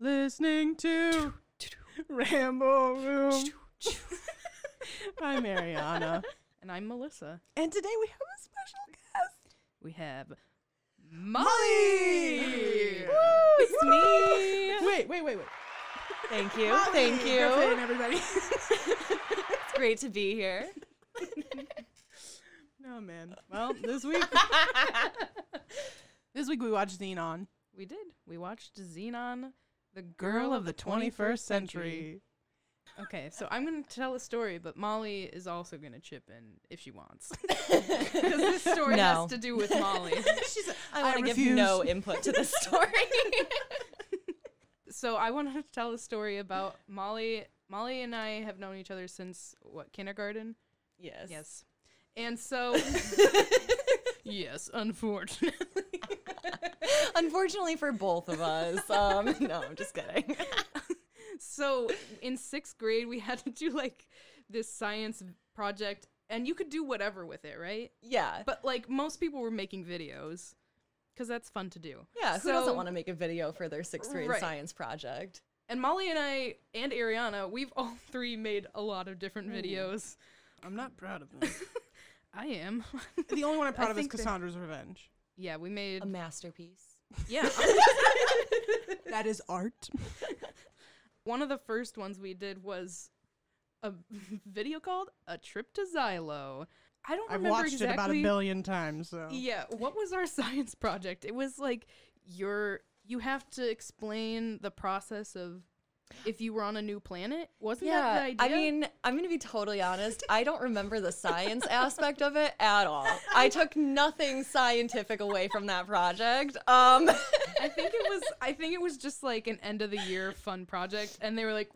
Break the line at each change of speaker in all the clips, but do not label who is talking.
listening to Ramble Room. I'm Mariana.
And I'm Melissa.
And today we have a special guest.
We have Molly.
it's me. Wait, wait, wait, wait.
Thank you.
Molly.
Thank
Good
you.
friend, everybody.
It's great to be here.
no, man. Well, this week. this week we watched Xenon.
We did. We watched Xenon, the
Girl of the 21st Century.
Okay, so I'm going to tell a story, but Molly is also going to chip in if she wants. Because this story
No.
has to do with Molly.
She's,
I want to give no input to this story.
so I wanted to tell a story about Molly. Molly and I have known each other since, what, kindergarten?
yes.
Yes. And so. yes, unfortunately.
Unfortunately for both of us. Um, no, I'm just kidding.
So in sixth grade, we had to do like this science project, and you could do whatever with it, right?
Yeah.
But like most people were making videos because that's fun to do.
yeah, who doesn't
So-
want to make a video for their sixth grade
Right.
science project?
And Molly and I and Ariana, we've all three made a lot of different
Mm-hmm.
videos.
I'm not proud of them.
I am.
the only one I'm proud of is
think they're-
Cassandra's Revenge.
yeah, we made.
A masterpiece.
yeah.
That is art.
One of the first ones we did was a video called A Trip to Xylo. I don't
I've
remember
watched
exactly.
it about a billion times. So.
Yeah, what was our science project? It was like you're you have to explain the process of if you were on a new planet. Wasn't that the
I
idea?
mean, I'm going to be totally honest. I don't remember the science aspect of it at all. I took nothing scientific away from that project. Um,
I think it was I think it was just like an end of the year fun project and they were like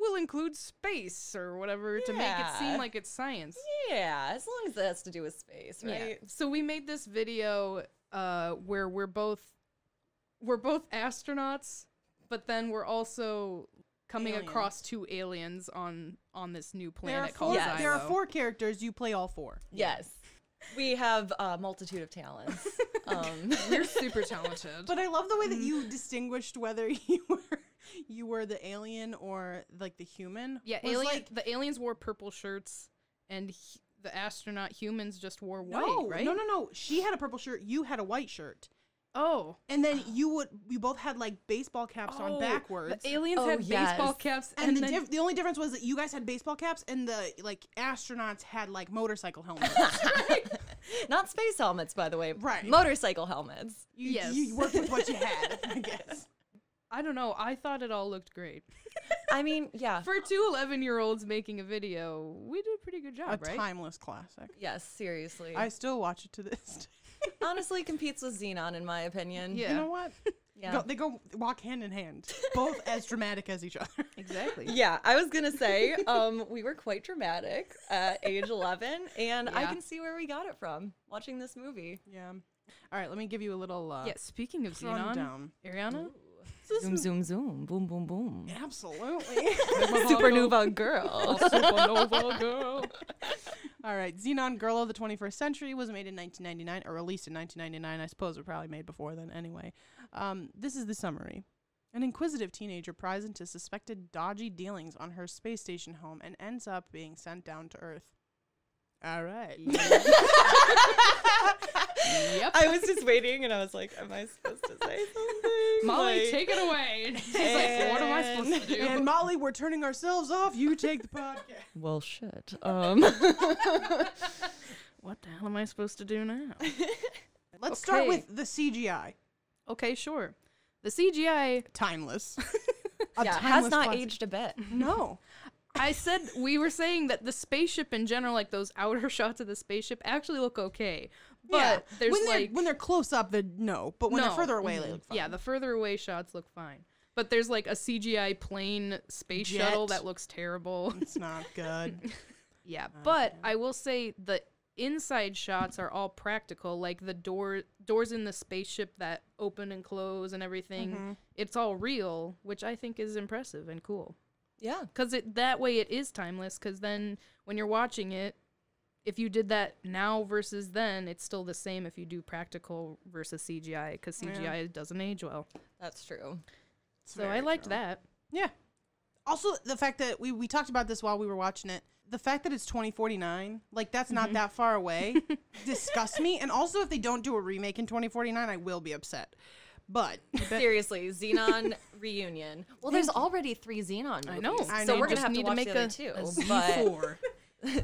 we'll include space or whatever to make it
Yeah.
seem like it's science.
yeah, as long as it has to do with space, right?
So we made this video uh where we're both we're both astronauts, but then we're also coming
Aliens.
across two aliens on on this new
There are,
planet
four,
called
Yeah.
there are
Xylo.
four characters. You play all four.
Yes. We have a multitude of talents. Um,
We're super talented.
But I love the way
Mm.
that you distinguished whether you were you were the alien or like the human.
yeah,
Was
alien,
like,
the aliens wore purple shirts, and h- the astronaut humans just wore white,
no,
right?
no, no, no. She had a purple shirt. You had a white shirt,
Oh,
and then you would you both had like baseball caps on
Oh,
backwards.
The aliens
Oh,
had baseball
yes.
caps,
and,
and,
the
then
diff- the only difference was that you guys had baseball caps, and the like astronauts had like motorcycle helmets.
not space helmets, by the way.
Right.
Motorcycle helmets.
you,
Yes.
you worked with what you had, I guess.
I don't know. I thought it all looked great
I mean, yeah.
for two 11 year olds making a video. We did a pretty good
A
job, right?
timeless classic.
yes, seriously.
I still watch it to this. day.
Honestly, competes with Xenon, in my opinion.
Yeah.
You know what?
Yeah.
Go, they go walk hand in hand, both as dramatic as each other.
Exactly.
Yeah, I was gonna say um, we were quite dramatic at age eleven, and I
Yeah.
can see where we got it from watching this movie.
Yeah. All right, let me give you a little uh,
Yeah. Speaking of Xenon,
rundown.
Ariana,
Zoom, zoom, zoom, boom, boom, boom.
Absolutely.
Supernova girl.
supernova girl.
All right, Xenon Girl of the 21st Century was made in 1999, or released in 1999. I suppose it was probably made before then anyway. Um, this is the summary. An inquisitive teenager pries into suspected dodgy dealings on her space station home and ends up being sent down to Earth. All right.
Yep.
I was just waiting, and I was like, "Am I supposed to say something?"
Molly,
Like-
take it away. She's like, what am I supposed to do?
and Molly, we're turning ourselves off. You take the podcast.
Well, shit. Um,
what the hell am I supposed to do now?
Let's start
Okay.
with the CGI.
okay, sure. The CGI.
Timeless. A
yeah, has
timeless
not
classic.
aged a bit.
No.
I said we were saying that the spaceship in general, like those outer shots of the spaceship, actually look okay. But there's
when
like
they're, when they're close up, they no. But when
No. Mm-hmm.
they're further away, they look fine.
yeah, the further away shots look fine. But there's like a CGI plane space
Jet. Mm.
shuttle that looks terrible.
it's not good.
yeah,
Oh,
but I will say the inside shots are all practical, like the door doors in the spaceship that open and close and everything.
Mm-hmm.
It's all real, which I think is impressive and cool.
Yeah.
because it that way it is timeless because then when you're watching it if you did that now versus then it's still the same if you do practical versus cgi because cgi doesn't age well
That's true.
So I liked that.
Yeah. Also, the fact that we, we talked about this while we were watching it. The fact that it's 2049, like that's not that far away, disgusts me. And also, if they don't do a remake in 2049, I will be upset. But
Seriously, Xenon reunion. Well, there's already three Xenon movies,
I know.
so
I know,
we're
just
gonna have
need
to
to
watch
make
the other
a- a
two. but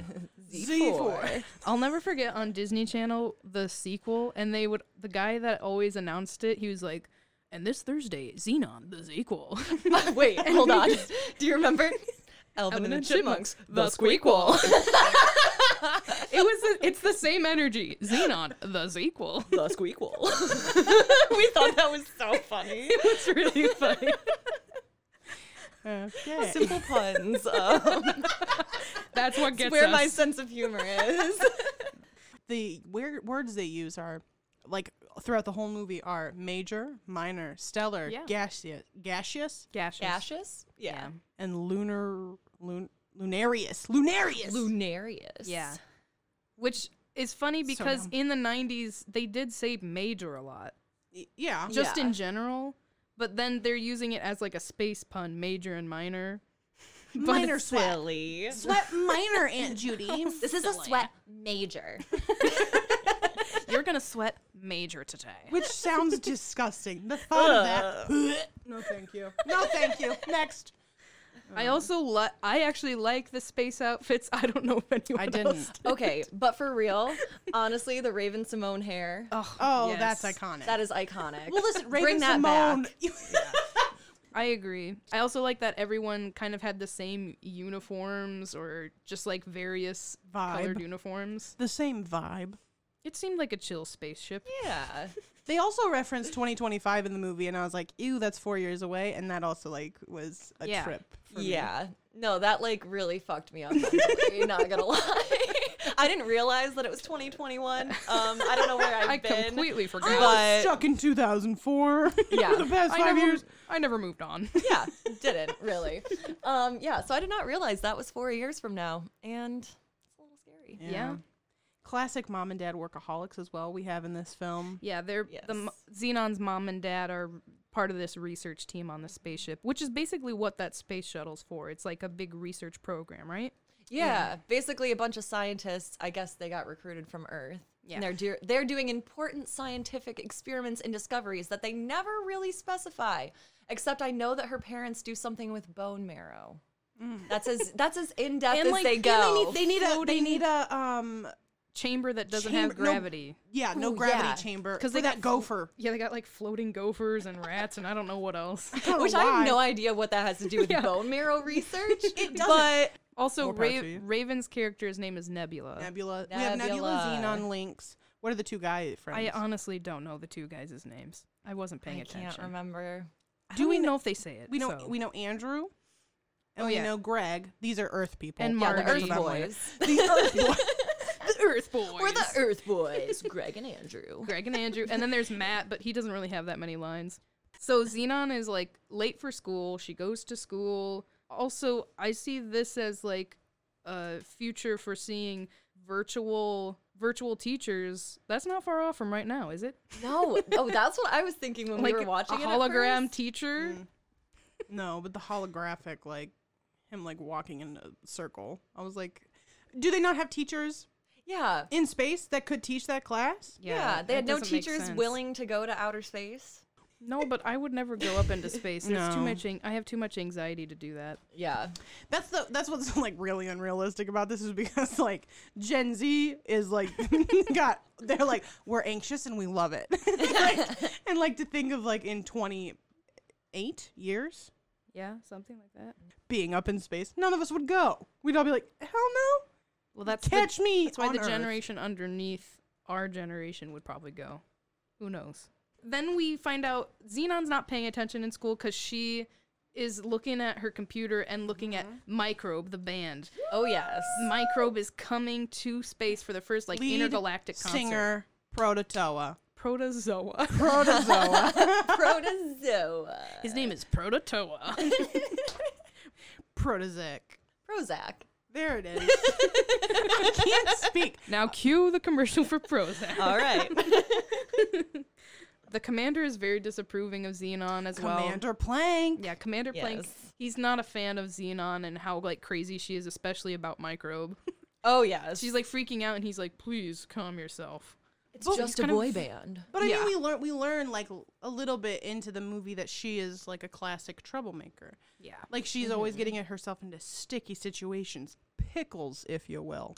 Z4.
Z4.
I'll never forget on Disney Channel the sequel, and they would the guy that always announced it, he was like, "And this Thursday, Xenon the sequel."
Wait, hold on. Do you remember? Elvin,
Alvin
and the
and
Chipmunks,
Chipmunks,
the
the
squeakquel.
it was the, it's the same energy, Xenon the sequel.
the squeakquel. we thought that was so funny.
It's really funny.
Okay.
Simple puns. Um,
That's what gets
where
us.
my sense of humor is.
the weir- words they use are like throughout the whole movie are major, minor, stellar,
Yeah.
gaseous, gaseous,
Gashes.
Gaseous?
Yeah.
Yeah.
and lunar, lun- lunarius, lunarius.
Lunarius.
Yeah. Which is funny because
dumb.
in the 90s, they did say major a lot,
Y- yeah.
just
Yeah.
in general. But then they're using it as like a space pun, major and minor. But
minor
it's-
sweat.
Silly.
Sweat minor, Aunt Judy.
This is a sweat major.
You're going to sweat major today.
Which sounds disgusting. The thought of that. No, thank you. No, thank you. Next.
I also li- I actually like the space outfits. I don't know if anyone
I
Else.
didn't.
Okay, but for real, honestly, the Raven Simone hair.
Oh,
Yes.
that's iconic.
That is iconic.
well, listen, Raven
Bring that
Simone.
back.
I agree. I also like that everyone kind of had the same uniforms or just like various
Vibe.
colored uniforms.
the same vibe.
It seemed like a chill spaceship.
Yeah.
They also referenced 2025 in the movie, and I was like, "Ew, that's four years away," and that also like was a
Yeah.
trip. For me.
Yeah. No, that like really fucked me up. mentally, not gonna lie. I didn't realize that it was 2021. Um, I Oh, don't know where I've
I
been.
completely
I
forgot.
was
But-
stuck in 2004.
Yeah.
the past
I
five
never,
years.
I never moved on.
yeah, didn't really. Um, yeah, so I did not realize that was four years from now, and it's a little scary.
Yeah.
Classic mom and dad workaholics as well. We have in this film.
Yeah, they're the m- Xenon's mom and dad are part of this research team on the spaceship, which is basically what that space shuttle's for. It's like a big research program, right?
Yeah, basically a bunch of scientists. I guess they got recruited from Earth.
Yeah.
And they're do- they're doing important scientific experiments and discoveries that they never really specify. Except I know that her parents do something with bone marrow. That's as that's as in depth as they go.
they need, a they need a um
Chamber that doesn't
Chamber-
have
no.
gravity.
yeah no
Ooh,
gravity
yeah.
chamber
'Cause
because
they
that
got-
gopher.
Yeah, they got like floating gophers and rats and I don't know what else.
don't know
which I have
why.
no idea what that has to do with
Yeah.
bone marrow research.
It doesn't.
but
Also,
More power
Ra-
to you.
Raven's character's name is Nebula.
Nebula. We have Nebula,
Nebula.
Xenon, Lynx. What are the two guy friends?
I um, honestly don't know the two guys' names. I wasn't paying
I
attention.
can't remember.
I don't
Do we
even
kn-
know if they say it.
we know
so.
we know Andrew, and
Oh,
we
yeah.
know Greg. These are Earth people.
And
Yeah,
Yeah,
Marty.
the
that's
Earth
what I'm wondering.
Boys.
The Earth Boys.
the Earth Boys.
We're the Earth Boys, Greg and Andrew.
Greg and Andrew. And then there's Matt, but he doesn't really have that many lines. So Xenon is like late for school. She goes to school. Also, I see this as like a future for seeing virtual virtual teachers. That's not far off from right now, is it?
No, oh, that's what I was thinking when
like
we were watching
a
it at
hologram
first.
teacher.
No, but the holographic, like him, like walking in a circle. I was like, do they not have teachers
Yeah.
in space that could teach that class?
Yeah,
that
they had no
doesn't make
teachers
sense.
willing to go to outer space.
No, but I would never go up into space. There's too
No.
much. An- I have too much anxiety to do that.
Yeah.
That's the that's what's like really unrealistic about this is because like Gen Z is like got they're like we're anxious and we love it, Like, and like to think of like in twenty eight years
Yeah, something like that.
being up in space, none of us would go. We'd all be like, hell no.
Well, that's the-
Catch me.
That's why
on
the
Earth.
generation underneath our generation would probably go. Who knows? Then we find out Xenon's not paying attention in school because she is looking at her computer and looking at
Mm-hmm.
Microbe, the band.
Oh yes.
Microbe is coming to space for the first like
Lead
intergalactic concert.
singer Prototoa.
Protozoa.
Protozoa.
Protozoa.
His name is Prototoa.
Protozoic.
Prozac.
There it is. I can't speak.
now cue the commercial for Prozac.
All right.
The commander is very disapproving of Xenon as well.
Commander Plank.
Yeah, Commander Plank.
Yes.
He's not a fan of Xenon and how like crazy she is, especially about Microbe.
Oh yeah,
She's like freaking out, and he's like, "Please calm yourself."
it's
Well,
just
kind
a
of-
boy band.
But I
Yeah.
mean, we learn we learn like l- a little bit into the movie that she is like a classic troublemaker.
Yeah,
Like she's always getting it herself into sticky situations, pickles, if you will.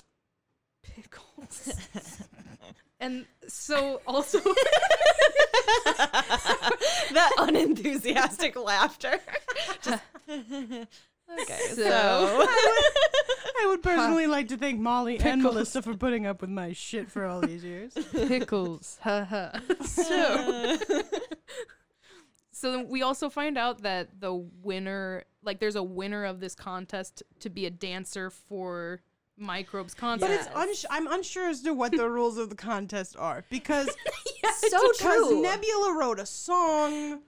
pickles. and so also,
that unenthusiastic laughter. okay,
so-
so
I would personally like to thank Molly and Melissa for putting up with my shit for all these years.
pickles. Haha. so So then we also find out that the winner like there's a winner of this contest to be a dancer for Microbes concert.
But it's uns- I'm unsure as to what the rules of the contest are because
so
because
true.
Nebula wrote a song,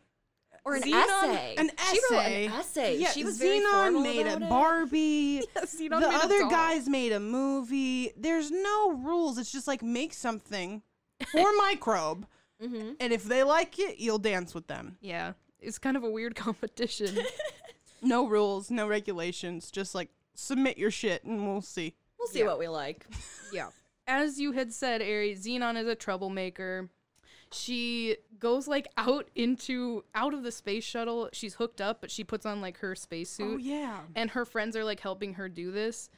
or an
Xenon-
essay.
an essay.
She wrote an essay.
Yeah,
she was very formal
Xenon made
about
a
it.
Barbie.
Xenon
the
made a
other
doll.
guys made a movie. There's no rules. It's just like make something for microbe,
Mm-hmm.
and if they like it, you'll dance with them.
yeah, it's kind of a weird competition.
No rules, no regulations. Just like submit your shit, and we'll see.
We'll see
Yeah.
what we like.
yeah. As you had said, Aries, Xenon is a troublemaker. She goes like out into out of the space shuttle. She's hooked up, but she puts on like her spacesuit.
Oh yeah,
And her friends are like helping her do this.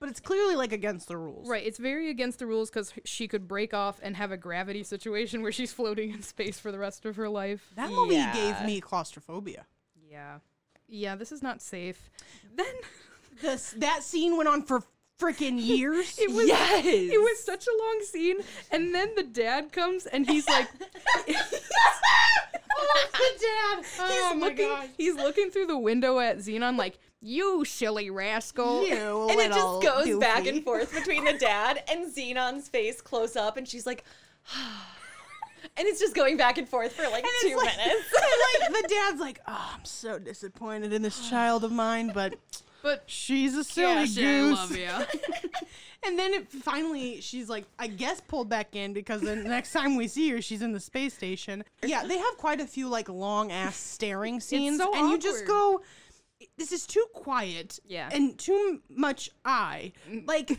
but it's clearly like against the rules.
Right, it's very against the rules because she could break off and have a gravity situation where she's floating in space for the rest of her life.
That movie
Yeah.
gave me claustrophobia.
Yeah. Yeah, this is not safe. Then
This that scene went on for freaking years.
it was
Yes.
it was such a long scene, and then the dad comes and he's like,
dad.
he's looking, he's looking through the window at Xenon like, "You silly rascal!"
You
and it
little
just goes back
doofy.
and forth between the dad and Xenon's face close up, and she's like, and it's just going back and forth for like
And it's
two
like-
minutes.
and, like the dad's like, oh, I'm so disappointed in this child of mine, but
But
she's a silly
gosh, I
goose.
love you.
And then it finally, she's like, I guess pulled back in because the next time we see her, she's in the space station. Yeah, they have quite a few like long ass staring scenes,
so
and you just
awkward.
go, this is too quiet,
Yeah. Mm.
and too much I, like,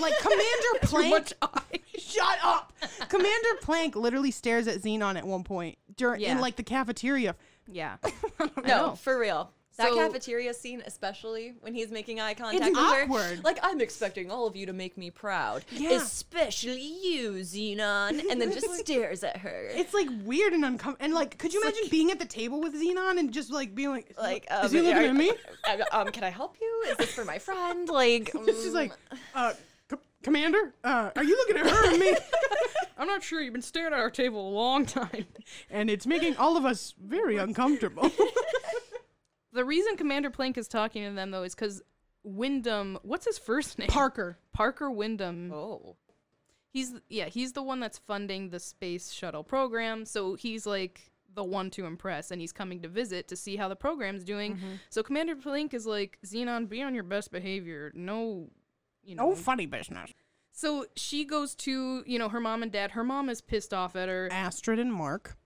like Commander Plank.
much eye.
Shut up! Commander Plank literally stares at Xenon at one point during
Yeah.
in like the cafeteria.
Yeah. know.
No, for real. That
So-
cafeteria scene, especially when he's making eye contact
It's
with her,
awkward.
like I'm expecting all of you to make me proud,
Yeah.
especially you, Xenon, and then just stares at her.
It's like weird and uncomfortable. And like, could you imagine being at the table with Xenon and just like being like,
like,
is,
um,
he looking
are-
at me?
Um, um, can I help you? Is this for my friend? Like, mm.
She's like, uh, C- Commander, uh, are you looking at her or me?
I'm not sure. You've been staring at our table a long time.
and it's making all of us very uncomfortable.
The reason Commander Plank is talking to them though is because Wyndham, what's his first name?
Parker.
Parker Wyndham.
oh,
He's yeah, he's the one that's funding the space shuttle program. So he's like the one to impress, and he's coming to visit to see how the program's doing.
Mm-hmm.
So Commander Plank is like, Xenon, be on your best behavior. No, you know.
No funny business.
so she goes to you know her mom and dad. Her mom is pissed off at her.
Astrid and Mark.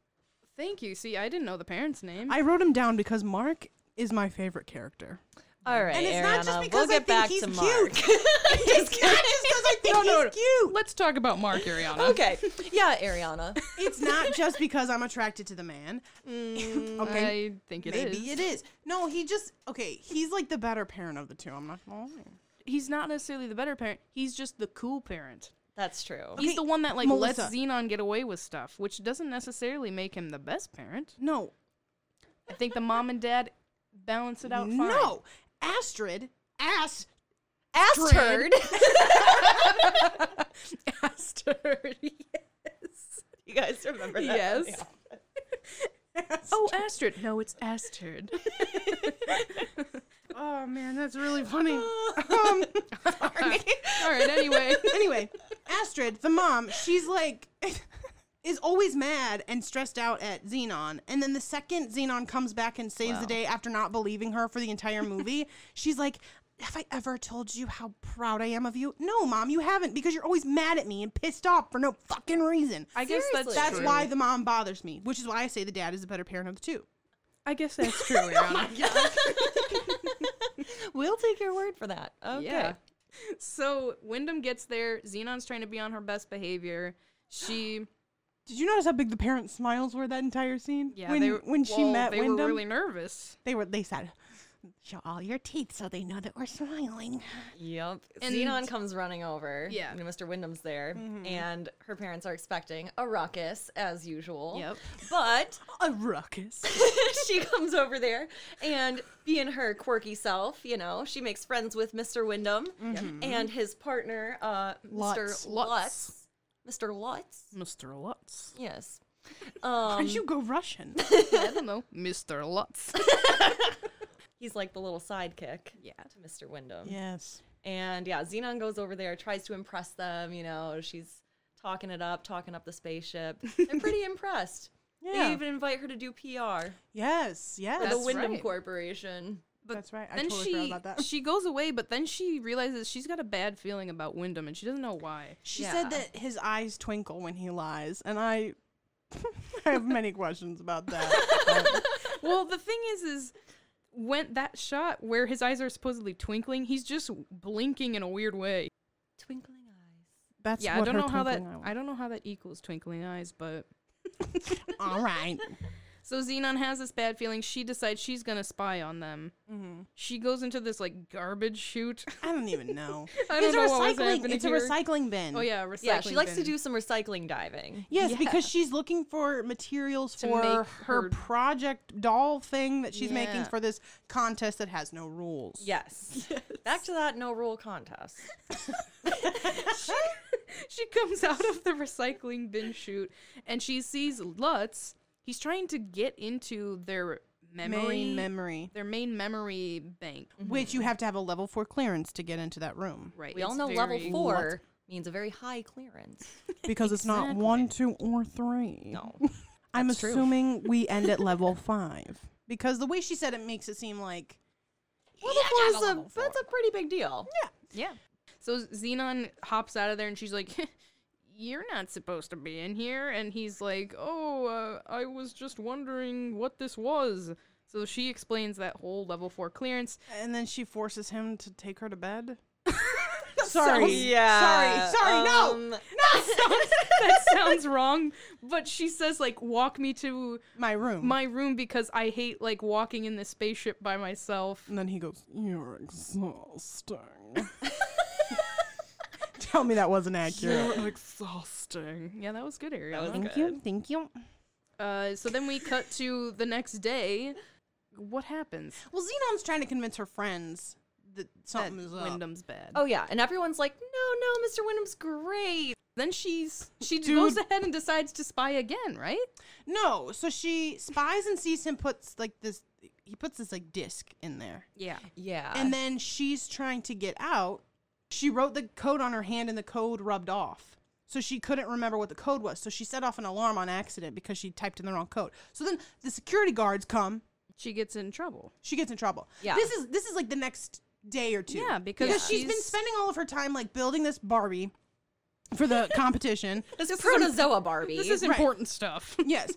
Thank you. See, I didn't know the parents' name.
I wrote him down because Mark is my favorite character.
all right,
And it's not just
Ariana,
because
we'll
I think
get back
he's
to
cute.
Mark.
it's not just because I think
No, no,
he's cute.
Let's talk about Mark Ariana.
okay, yeah, Ariana.
It's not just because I'm attracted to the man. okay.
I think uh, it is.
Maybe it is. No, he just okay. He's like the better parent of the two. I'm not gonna lie.
He's not necessarily the better parent. He's just the cool parent.
That's true.
He's the one that like lets
Melissa.
Xenon get away with stuff, which doesn't necessarily make him the best parent.
No,
I think the mom and dad balance it out fine.
no. Astrid, ass.
Ass turd.
Astrid.
you guys remember that?
Yes.
Yeah.
Oh, Astrid. No, it's Astrid.
Oh man, that's really funny. um,
All right. Anyway,
anyway, Astrid, the mom, she's like. Is always mad and stressed out at Xenon. And then the second Xenon comes back and saves the day after not believing her for the entire movie, she's like, have I ever told you how proud I am of you? No, mom, you haven't because you're always mad at me and pissed off for no fucking reason.
I guess that's
Seriously.
That's
true.
why the mom bothers me, which is why I say the dad is the better parent of the two.
I guess that's true. Ariana.
We'll take your word for that. Okay.
Yeah. So Wyndham gets there. Xenon's trying to be on her best behavior. She
Did you notice how big the parent smiles were that entire scene?
yeah.
when,
they, were-
when she
well,
met
they
Wyndham,
were really nervous.
they were they said, "Show all your teeth so they know that we're smiling."
Yep.
And-
Xenon comes running over.
Yeah.
You know, Mr. Wyndham's there, and her parents are expecting a ruckus as usual.
Yep.
But
A ruckus.
she comes over there and being her quirky self, you know, she makes friends with Mr. Wyndham and his partner, uh,
Lutz.
Mr. Mm-hmm. Lutz. Mr. Lutz.
Mr. Lutz.
Yes. Um,
Why'd you go Russian?
I don't know. Mr. Lutz.
he's like the little sidekick
yeah.
to Mr. Wyndham.
yes.
And yeah, Xenon goes over there, tries to impress them. You know, she's talking it up, talking up the spaceship. They're pretty impressed.
Yeah.
They even invite her to do PR
Yes.
for
Yes.
the
That's
Wyndham
right.
Corporation.
But
That's right. I
then
totally
she
forgot about that.
she goes away, but then she realizes she's got a bad feeling about Wyndham, and she doesn't know why.
She
Yeah.
said that his eyes twinkle when he lies, and I, I have many questions about that.
well, the thing is, is when that shot where his eyes are supposedly twinkling, he's just blinking in a weird way.
Twinkling eyes.
That's
yeah, I
what
don't
her
know how that.
twinkling eye
I don't know how that equals twinkling eyes, but
was. All right.
So Xenon has this bad feeling. She decides she's gonna spy on them.
Mm-hmm.
She goes into this like garbage chute.
I don't even know.
I
it's
don't know
a
what was
recycling.
happening
It's a
here.
recycling bin.
Oh yeah, recycling.
Yeah, she likes to
bin.
do some recycling diving.
Yes,
Yeah.
because she's looking for materials
To
for her,
make her-
project doll thing that she's making
Yeah.
for this contest that has no rules.
Yes. Back to that no rule contest.
She comes out of the recycling bin chute and she sees Lutz. He's trying to get into their memory,
Main memory,
their main memory bank.
which you have to have a level four clearance to get into that room
Right.
Mm-hmm. We all
it's
know level
very-
four means a very high clearance.
because it's not one, two, or three.
No.
I'm
That's true.
assuming we end at level five because the way she said it makes it seem like
Well,
Yeah, I got a
that's,
level
a, that's a pretty big deal.
Yeah. So Xenon hops out of there and she's like, You're not supposed to be in here. And he's like, Oh, uh, I was just wondering what this was. So she explains that whole level four clearance.
And then she forces him to take her to bed. sorry. Sorry. Sorry. no.
um,
um,
that sounds wrong, but she says, like, walk me to
My room.
my room because I hate, like, walking in this spaceship by myself.
and then he goes, You're exhausting. Tell me that wasn't accurate.
exhausting. Yeah, that was good, Ariel.
was
Thank you. Thank you.
Uh, so then we cut to the next day. What happens?
Well, Xenon's trying to convince her friends that
that
something is up.
Wyndham's bad.
Oh, yeah. And everyone's like, no, no, Mr. Wyndham's great.
Then she's she
Dude.
goes ahead and decides to spy again, right?
No. So she spies and sees him puts like this, he puts this like disc in there.
Yeah.
Yeah.
and then she's trying to get out. She wrote the code on her hand and the code rubbed off. So she couldn't remember what the code was. So she set off an alarm on accident because she typed in the wrong code. So then the security guards come.
She gets in trouble.
She gets in trouble.
Yeah.
This is this is like the next day or two.
Yeah, because
she's been
she's-
spending all of her time like building this Barbie for the competition.
this, protozoa Barbie.
This is
Right.
important stuff.
yes.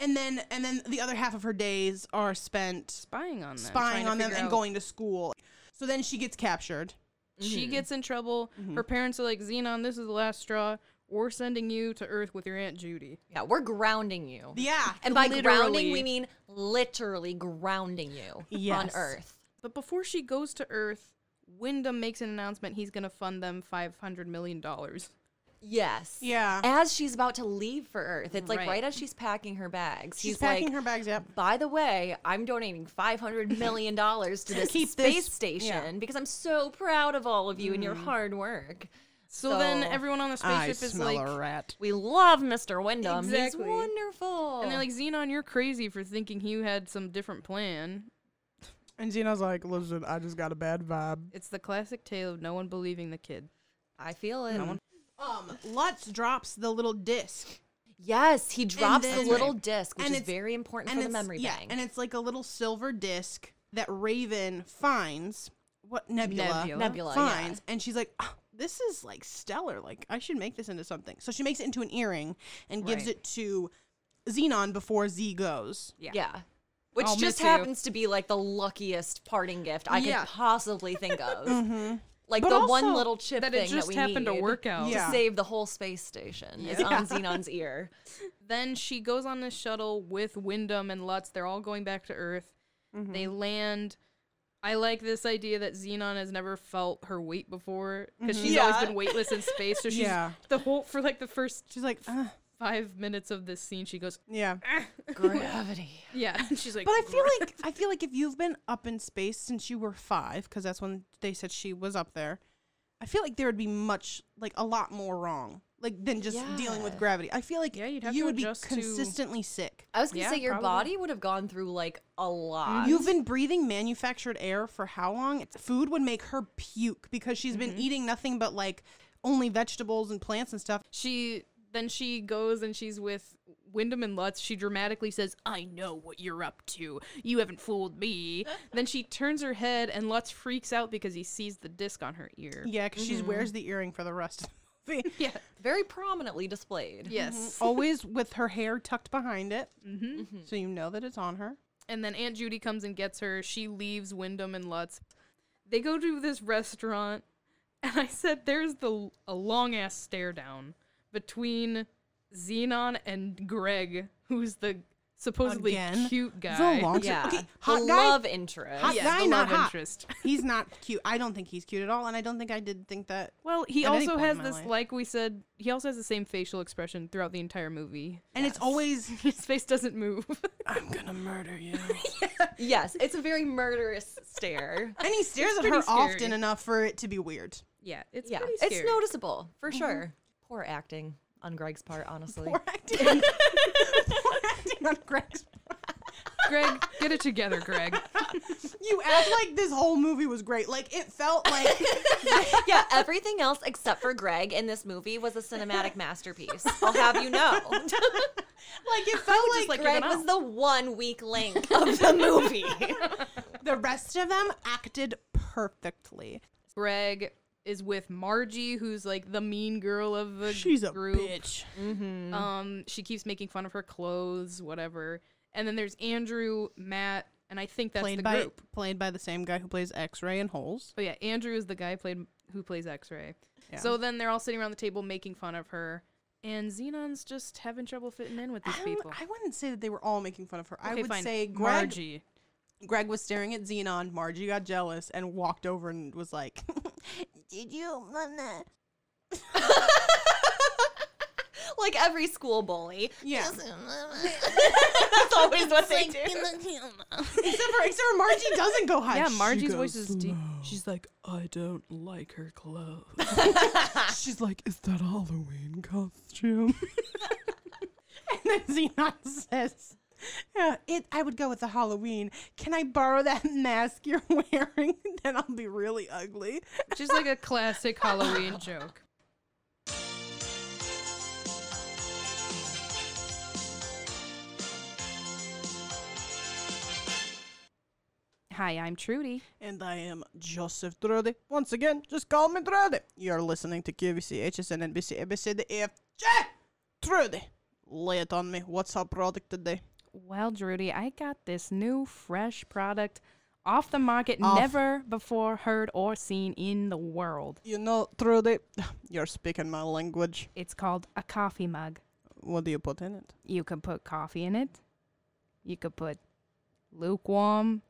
And then and then the other half of her days are spent
Spying on them. trying
spying
to
on them
figure
and
out-
going to school. So then she gets captured.
She
Mm-hmm.
gets in trouble. Her parents are like, Xenon, this is the last straw. We're sending you to Earth with your Aunt Judy.
yeah, we're grounding you.
Yeah.
and by grounding,
literally.
we mean literally grounding you on
Yes.
Earth.
But before she goes to Earth, Wyndham makes an announcement he's going to fund them $500 million.
Yes.
Yeah.
As she's about to leave for Earth, it's like
Right.
right, as she's packing her bags.
She's
he's
packing
like,
her bags up.
by the way, I'm donating $500 million to this
Keep
space
this-
station
yeah. Mm.
because I'm so proud of all of you and your hard work.
So, then
So,
everyone on the spaceship is like,
rat.
We love Mr. Wyndham.
Exactly.
He's wonderful.
and they're like, Xenon, you're crazy for thinking you had some different plan.
And Gina's like, listen, I just got a bad vibe.
It's the classic tale of no one believing the kid.
I feel it.
Um, Lutz drops the little disc,
Yes, he drops
then-
the little disc, which
and
is
it's-
very important for the
it's-
memory
yeah,
bank.
and it's like a little silver disc that Raven finds what nebula,
Nebula.
Nebula. yeah.
finds, and she's like, "Ah, "This is like stellar. Like I should make this into something." So she makes it into an earring and gives
Right.
it to Xenon before Z goes.
Yeah.
Yeah. Which
I'll miss
just
you.
happens to be like the luckiest parting gift I
Yeah.
could possibly think of.
Mm-hmm.
like
But
the one
also
little chip
That
thing
it just
that we
happened
need
to work out.
to
Yeah.
save the whole space station. It's on Xenon's ear.
Then she goes on this shuttle with Wyndham and Lutz. They're all going back to Earth. They
Mm-hmm.
land. I like this idea that Xenon has never felt her weight before because she's
Yeah.
always been weightless in space. So she's
Mm-hmm. Yeah.
the whole for like the first
She's like, "Ah,
five minutes of this scene. She goes,
"Yeah."
Gravity.
yeah. And she's like,
But I feel like I feel like if you've been up in space since you were five, because that's when they said she was up there, I feel like there would be much like a lot more wrong, like than just dealing with
Yeah.
gravity. I feel like
Yeah, you'd have
you
to
would be
adjust to-
consistently sick.
I was gonna
Yeah,
say your
probably.
body would have gone through like a lot.
You've been breathing manufactured air for how long? It's, food would make her puke because she's been eating nothing but like only vegetables and plants and stuff.
she then she goes and she's with Wyndham and Lutz. She dramatically says, "I know what you're up to. You haven't fooled me." then she turns her head and Lutz freaks out because he sees the disc on her ear.
Yeah, because she wears the earring for the rest of the movie.
Yeah.
very prominently displayed.
Mm-hmm.
Yes.
Always with her hair tucked behind it, mm-hmm. so you know that it's on her.
And then Aunt Judy comes and gets her. She leaves Wyndham and Lutz. They go to this restaurant, and I said, "There's the a long ass stare down between Xenon and Greg, who's the supposedly
Again?
cute guy."
The long
Yeah.
Okay,
the
hot guy.
love interest.
Hot
Yeah,
guy,
the
not
love
hot.
interest.
He's not cute. I don't think he's cute at all, and I don't think I did think that.
Well, he
At any
also
point in
has
my
this,
life.
like we said, he also has the same facial expression throughout the entire movie.
And it's always
His face doesn't move.
I'm gonna murder you.
Yes, it's a very murderous stare.
and he stares at
pretty
her
scary.
often enough for it to be weird.
yeah, it's
Yeah,
pretty scary.
it's noticeable for sure. Poor acting on Greg's part, honestly.
Poor acting. Poor acting on Greg's
Greg, get it together, Greg.
You act like this whole movie was great. Like it felt like
yeah, everything else except for Greg in this movie was a cinematic masterpiece. I'll have you know.
like it felt like,
Just like
you're
Greg
gonna-
was the one weak link of the movie.
the rest of them acted perfectly.
Greg is with Margie, who's like the mean girl of the group.
bitch.
Um, she keeps making fun of her clothes, whatever. And then there's Andrew, Matt, and I think that's
Played
the
by
group.
played by the same guy who plays X-ray and Holes.
Oh yeah, Andrew is the guy played who plays X-Ray. So then they're all sitting around the table making fun of her, and Xenon's just having trouble fitting in with these
Um,
people.
I wouldn't say that they were all making fun of her. I
Okay,
would
fine.
say Greg,
Margie.
Greg was staring at Xenon. Margie got jealous and walked over and was like, "Did you?" mama?"
like every school bully.
Yeah.
That's always what they do.
except for except for Margie doesn't go high.
Yeah,
She
Margie's
goes
voice is deep.
She's like, I don't like her clothes. She's like, is that Halloween costume?
And then Xenon says, yeah, it, I would go with the Halloween. Can I borrow that mask you're wearing? then I'll be really ugly.
Just like a classic Halloween joke. Hi, I'm Trudy.
And I am Joseph Trudy. Once again, just call me Trudy. You're listening to QVC, HSN, NBC, ABC, the EFJ. Trudy, lay it on me. What's our product today?
Well, Trudy, I got this new fresh product off the market,
Off.
never before heard or seen in the world.
You know, Trudy, you're speaking my language.
It's called a coffee mug.
What do you put in it?
You could put coffee in it. You could put lukewarm,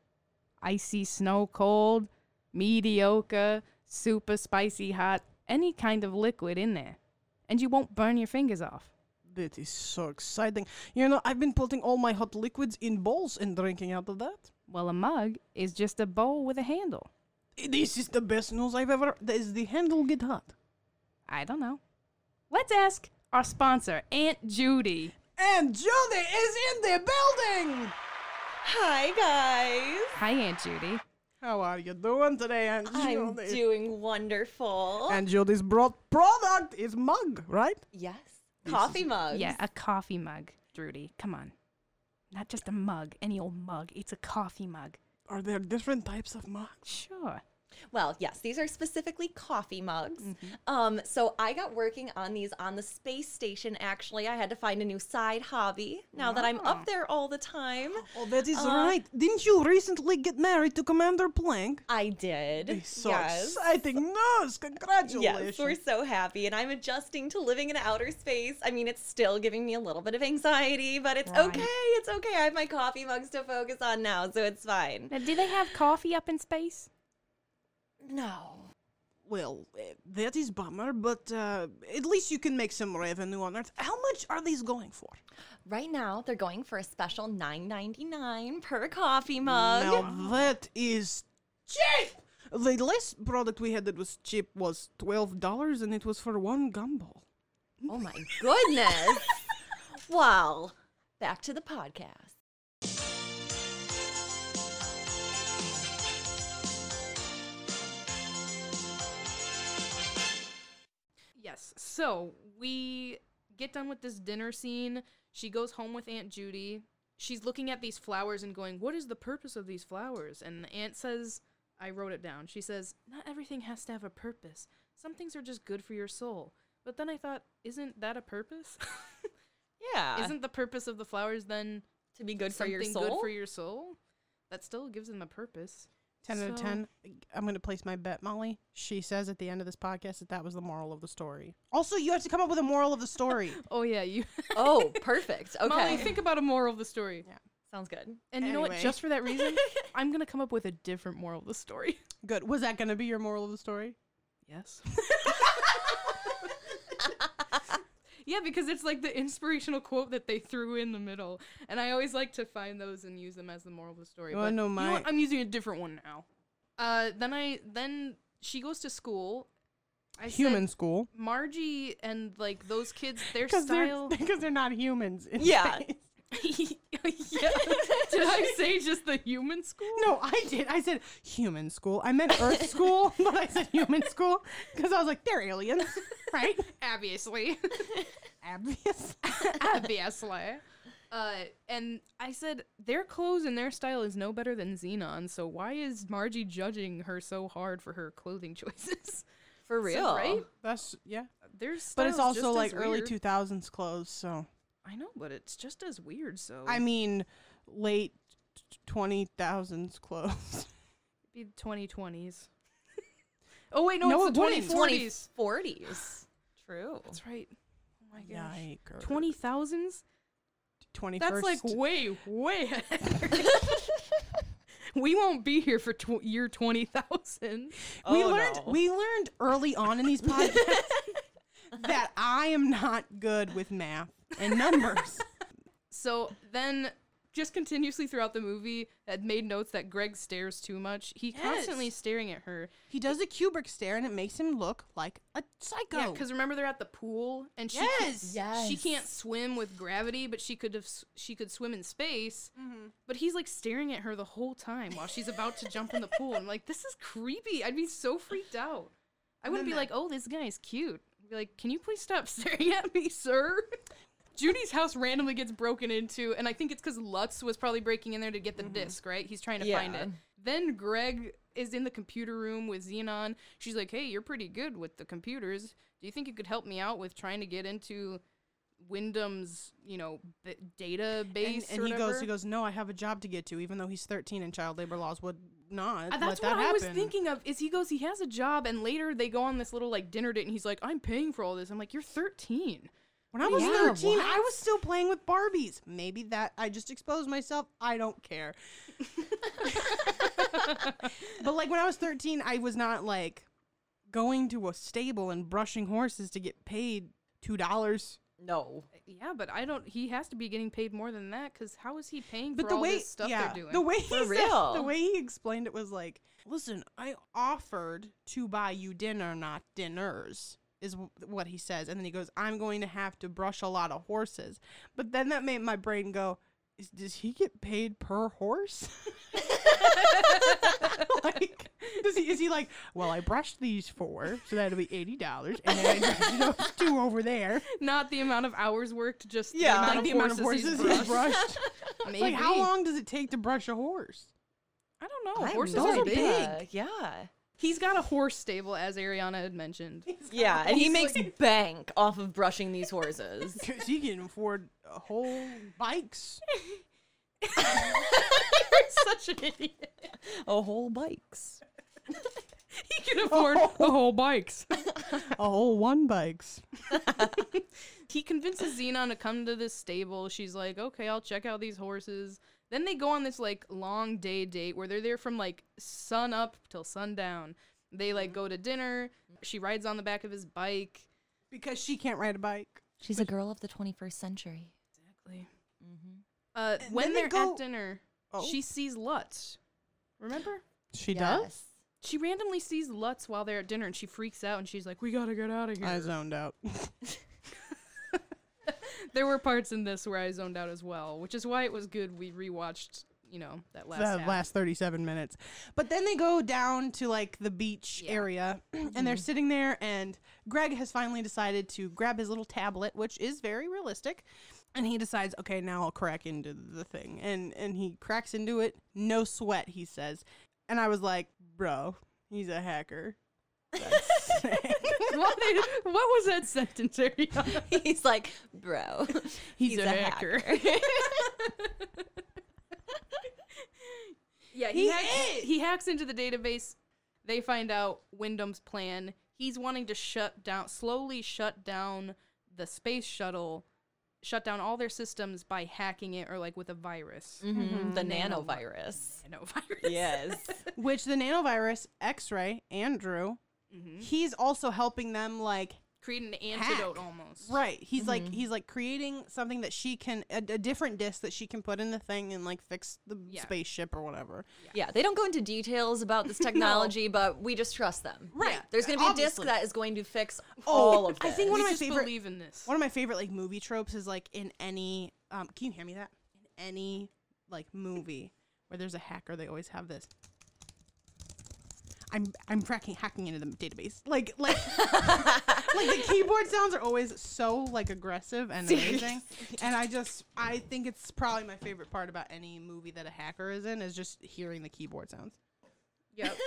icy snow cold, mediocre, super spicy hot, any kind of liquid in there. And you won't burn your fingers off.
That is so exciting. You know, I've been putting all my hot liquids in bowls and drinking out of that.
Well, a mug is just a bowl with a handle.
This is the best news I've ever. Is the handle get hot?
I don't know. Let's ask our sponsor, Aunt Judy.
And Judy is in the building.
Hi guys.
Hi, Aunt Judy.
How are you doing today, Aunt
I'm
Judy?
doing wonderful.
and Judy's brought product is mug, right?
yes. Coffee mug.
Yeah, a coffee mug, Judy. Come on. Not just a mug, any old mug. It's a coffee mug.
Are there different types of mugs?
Sure.
Well, yes, these are specifically coffee mugs. Um, so I got working on these on the space station. Actually, I had to find a new side hobby now that I'm up there all the time.
Oh, that is right. Didn't you recently get married to Commander Plank?
I did.
So
yes.
exciting news! Congratulations.
Yes, we're so happy, and I'm adjusting to living in outer space. I mean, it's still giving me a little bit of anxiety, but it's okay. It's okay. I have my coffee mugs to focus on now, so it's fine.
Now, do they have coffee up in space?
No.
Well, eh, that is bummer, but uh, at least you can make some revenue on Earth. How much are these going for?
Right now, they're going for a special $9.99 per coffee mug.
Now that is cheap. The last product we had that was cheap was twelve dollars, and it was for one gumball.
Oh my goodness. well, back to the podcast.
Yes. So we get done with this dinner scene. She goes home with Aunt Judy. She's looking at these flowers and going, What is the purpose of these flowers? And the aunt says, I wrote it down. She says, Not everything has to have a purpose. Some things are just good for your soul. But then I thought, Isn't that a purpose?
Yeah.
Isn't the purpose of the flowers then
to be Uh. good for
something
your soul?
good for your soul? That still gives them a purpose.
10 out of
So-
10. I'm going to place my bet, Molly. She says at the end of this podcast that that was the moral of the story. Also, you have to come up with a moral of the story.
Oh yeah, you.
oh, perfect. Okay.
Molly, think about a moral of the story.
Sounds good.
And you know what?
Anyway.
Just for that reason, I'm gonna come up with a different moral of the story.
Good. Was that going to be your moral of the story?
Yes. yeah, because it's like the inspirational quote that they threw in the middle, and I always like to find those and use them as the moral of the story.
You wanna
but
know
you
Oh, my-
what? I'm using a different one now. Uh, then I then she goes to school. I said
Human school.
Margie and like those kids, their
Because they're,
style.
because they're not humans. in
Yeah.
space.
yeah. Did I say just the human school?
No, I did. I said human school. I meant Earth school, but I said human school because I was like, they're aliens, right?
Obviously.
Obvious.
Obviously. Uh, and I said their clothes and their style is no better than Xenon, so why is Margie judging her so hard for her clothing choices?
For real.
right?
That's yeah.
Their
But it's
style's
also
just
like
as
early
weird.
two thousands clothes, so
I know, but it's just as weird. So
I mean late twenty thousands clothes.
be the 2020s. oh wait, no,
No,
it's the
it wouldn't.
2040s.
40s. True.
That's right. Oh my gosh.
Yikers.
Twenty thousands?
twenty
That's
first.
like way, way. ahead. we won't be here for tw- year twenty thousand.
we
Oh,
learned
no.
we learned early on in these podcasts that I am not good with math and numbers.
So then, just continuously throughout the movie, had made notes that Greg stares too much. He constantly is staring at her.
he does a Kubrick stare and it makes him look like a psycho.
Yeah, because remember they're at the pool, and she yes, she
Yes.
can't swim with gravity, but she could have s- she could swim in space.
Mm-hmm.
But he's like staring at her the whole time while she's about to jump in the pool. I'm like, this is creepy. I'd be so freaked out. I wouldn't be like, oh, this guy is cute. I'd be like, can you please stop staring at me, sir? Judy's house randomly gets broken into, and I think it's because Lutz was probably breaking in there to get
Mm-hmm.
the disc, right? He's trying to find
Yeah.
it. Then Greg is in the computer room with Xenon. She's like, hey, you're pretty good with the computers. Do you think you could help me out with trying to get into Wyndham's, you know, b-
and,
database?
and
or
he goes,
whatever?"
he goes, no, I have a job to get to, even though he's 13 and child labor laws would not
Uh,
let
That's
that
what I
happen.
was thinking of. Is he goes, he has a job, and later they go on this little like dinner date, and he's like, I'm paying for all this. I'm like, you're 13.
When I was
Yeah,
13, I
what?
was still playing with Barbies. Maybe that I just exposed myself. I don't care. but like when I was 13, I was not like going to a stable and brushing horses to get paid two dollars.
No.
Yeah, but I don't. He has to be getting paid more than that because how is he paying
But
for
the
all
way
this stuff
yeah,
they're doing?
the way he
For
said-
real.
the way he explained it was like, listen, I offered to buy you dinner, not dinners. Is w- what he says, and then he goes, "I'm going to have to brush a lot of horses." But then that made my brain go, is, "Does he get paid per horse?" like, does he, is he like, "Well, I brushed these four, so that'll be eighty dollars, and then I brushed those two over there."
Not the amount of hours worked, just
Yeah,
the amount,
like
of,
the amount
horses
of horses
he's brushed.
he's brushed.
Maybe.
like, how long does it take to brush a horse?
I don't know.
I have
horses
no
are big.
idea. Yeah.
He's got a horse stable, as Ariana had mentioned.
Yeah, and he makes bank off of brushing these horses.
Because he can afford uh, whole bikes.
You're such an idiot.
A whole bikes.
He can afford the whole bikes.
A whole one bikes.
He convinces Xenon to come to this stable. She's like, okay, I'll check out these horses. Then they go on this like long day date where they're there from like sun up till sundown. They like go to dinner. She rides on the back of his bike.
Because she can't ride a bike.
She's a girl of the 21st century.
Exactly. Uh, when
then they
they're
go-
at dinner,
Oh.
she sees Lutz. Remember?
She
She randomly sees Lutz while they're at dinner and she freaks out and she's like, We gotta get out of here.
I zoned out.
there were parts in this where I zoned out as well, which is why it was good we rewatched, you know, that last
the
half.
last 37 minutes. But then they go down to like the beach area and they're sitting there and Greg has finally decided to grab his little tablet which is very realistic and he decides okay now I'll crack into the thing and and he cracks into it no sweat he says. And I was like, "Bro, he's a hacker." That's
what, what was that sentence, Ariana?
He's like, bro, he's,
a hacker." yeah, he, hacks, he hacks into the database. They find out Wyndham's plan. He's wanting to shut down, slowly shut down the space shuttle, shut down all their systems by hacking it or like with a virus.
Mm.
The nanovirus.
I know virus.
Yes.
Which the nanovirus, X-ray, Andrew, he's also helping them like
Create an antidote
Hack.
almost.
Right. He's
Mm-hmm.
like he's like creating something that she can a, a different disc that she can put in the thing and like fix the
Yeah.
spaceship or whatever.
Yeah, they don't go into details about this technology, but we just trust them.
Right.
There's going to be
Obviously.
a disc that is going to fix
Oh,
all of
I
this.
think one
We
of my
just
favorite
believe in this.
one of my favorite like movie tropes is like in any um can you hear me that? In any like movie where there's a hacker they always have this I'm I'm cracking hacking into the database. Like like like the keyboard sounds are always so like aggressive and amazing. and I just I think it's probably my favorite part about any movie that a hacker is in is just hearing the keyboard sounds.
Yep.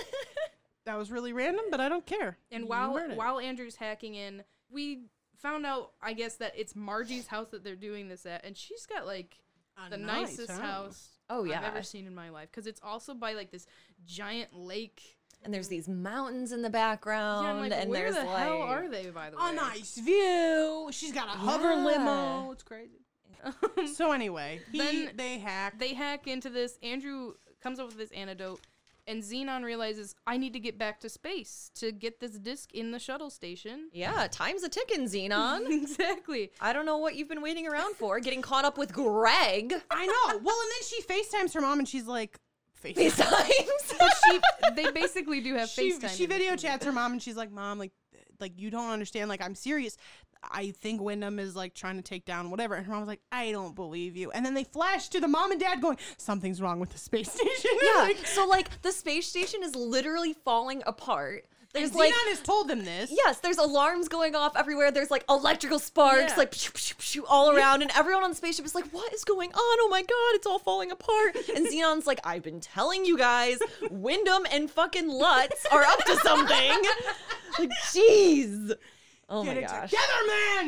That was really random, but I don't care.
And
You
while
heard it.
while Andrew's hacking in, we found out, I guess, that it's Margie's house that they're doing this at, and she's got like
A
the
Ah, nice
nicest
house.
house,
Oh,
I've
yeah.
ever seen in my life because it's also by like this giant lake.
and there's these mountains in the
Yeah, I'm
background,
like, Oh,
and
where
there's
the
like,
hell are they? By the way,
a nice view. She's got a hover
Yeah.
limo. It's crazy. so anyway, he,
Then
they hack.
they hack into this. Andrew comes up with this antidote, and Xenon realizes I need to get back to space to get this disc in the shuttle station.
Yeah, time's a ticking, Xenon.
exactly.
I don't know what you've been waiting around for. Getting caught up with Greg.
I know. Well, and then she FaceTimes her mom, and she's like,
These
FaceTime.
times.
But she, they basically do have
She, she
FaceTime. in this
video
movie.
chats her mom, and she's like, "Mom, like, like you don't understand. Like, I'm serious. I think Wyndham is like trying to take down whatever." And her mom's like, "I don't believe you." And then they flash to the mom and dad going, "Something's wrong with the space station."
Yeah.
like,
so like the space station is literally falling apart. There's
Xenon
like
has told them this.
yes, there's alarms going off everywhere. There's like electrical sparks
Yeah.
like pshoo, pshoo, pshoo, all around, and everyone on the spaceship is like, "What is going on? Oh my god, it's all falling apart!" And Xenon's like, "I've been telling you guys, Wyndham and fucking Lutz are up to something." like, jeez. Oh
Get
my
it
gosh.
together,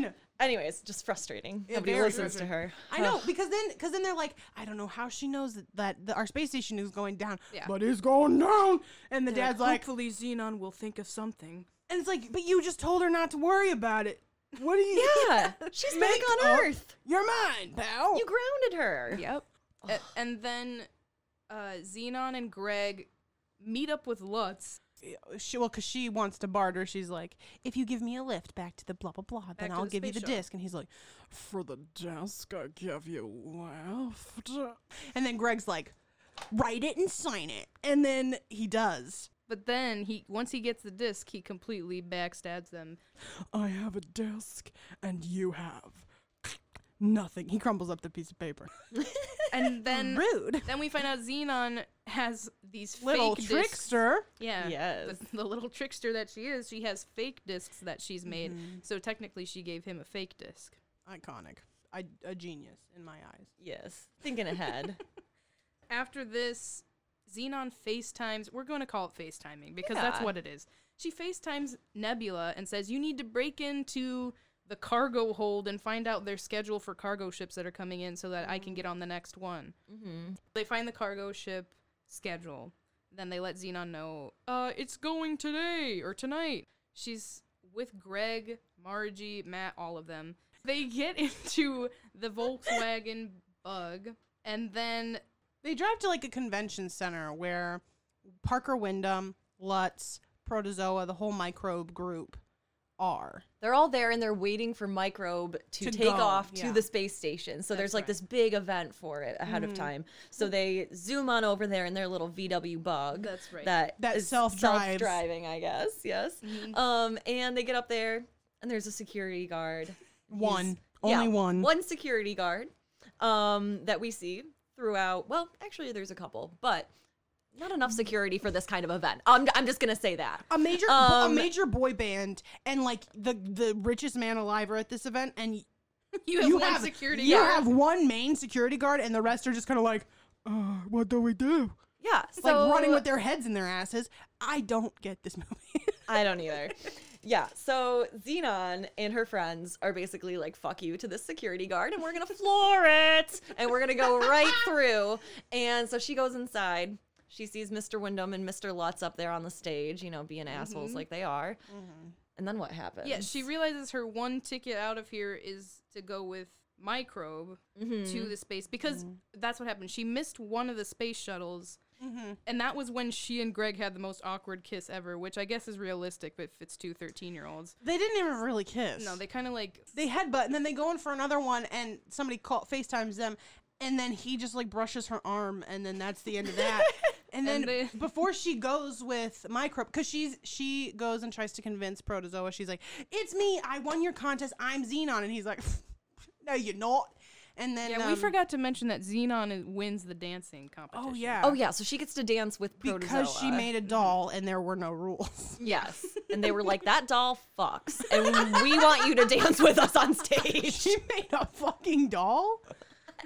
man.
Anyways, just frustrating. Nobody
very
listens to her.
I know because then because then they're like, I don't know how she knows that, that the, our space station is going down,
Yeah.
but it's going down. And the dad's like,
hopefully Xenon will think of something.
and it's like, but you just told her not to worry about it. What do you?
Yeah, she's back
Make
on
up.
Earth.
You're mine, pal.
You grounded her.
Yep. A- and then uh, Xenon and Greg meet up with Lutz.
she, well, because she wants to barter. She's like, if you give me a lift back to the blah blah blah,
Back
then
to
I'll
the
give you
space
the
shuttle.
disc. And he's like, for the disc, I give you left. And then Greg's like, write it and sign it. And then he does.
But then he once he gets the disc, he completely backstabs them.
I have a desk and you have nothing. He crumbles up the piece of paper.
And then
Rude.
then we find out Xenon has these
Little
fake discs.
trickster.
Yeah.
Yes.
The, the little trickster that she is, she has fake discs that she's made. So technically she gave him a fake disc.
Iconic. I, a genius in my eyes.
Yes, thinking ahead.
After this, Xenon FaceTimes. We're going to call it FaceTiming because that's
Yeah.
what it is. She FaceTimes Nebula and says, You need to break into the cargo hold and find out their schedule for cargo ships that are coming in so that I can get on the next one.
Mm-hmm.
They find the cargo ship schedule. Then they let Xenon know, uh, it's going today or tonight. She's with Greg, Margie, Matt, all of them. They get into the Volkswagen bug, and then
They drive to like a convention center where Parker Wyndham, Lutz, Protozoa, the whole microbe group are.
They're all there and they're waiting for Microbe to,
To
take
go,
off
yeah.
to the space station. So there's like this big event for it ahead of
Mm-hmm.
time. So they zoom on over there in their little VW bug.
That's right.
That,
That
is
self-drives. Mm-hmm.
self-driving, I guess. Yes. Um, and they get up there and there's a security guard.
One.
He's-
Only one.
One security guard um, that we see throughout. Well, actually, there's a couple, but not enough security for this kind of event. I'm, I'm just going to say that.
A major bo-
Um,
a major boy band and like the the richest man alive are at this event and y-
you have
you
one
have
security
you
guard.
have one main security guard and the rest are just kind of like uh, what do we do?
Yeah. So
Like running with their heads in their asses. I don't get this movie.
I don't either. Yeah, so Xenon and her friends are basically like, fuck you to this security guard, and we're gonna floor it, and we're gonna go right through. And so she goes inside. She sees Mr. Wyndham and Mr. Lutz up there on the stage, you know, being assholes like they are. And then what happens?
yeah, she realizes her one ticket out of here is to go with Microbe to the space because that's what happened. She missed one of the space shuttles. And that was when she and Greg had the most awkward kiss ever, which I guess is realistic if it's two 13 year olds.
They didn't even really kiss.
No, they kind of like
they headbutt and then they go in for another one and somebody call FaceTimes them and then he just like brushes her arm and then that's the end of that. And then
And they-
before she goes with Microbe, because she's she goes and tries to convince Protozoa, she's like, "It's me! I won your contest. I'm Xenon." And he's like, "No, you're not." And then
Yeah, we
um,
forgot to mention that Xenon is- wins the dancing competition.
Oh yeah,
Oh yeah, so she gets to dance with Protozoa.
because she made a doll and there were no rules.
Yes. And they were like, that doll fucks. And we want you to dance with us on stage.
she made a fucking doll.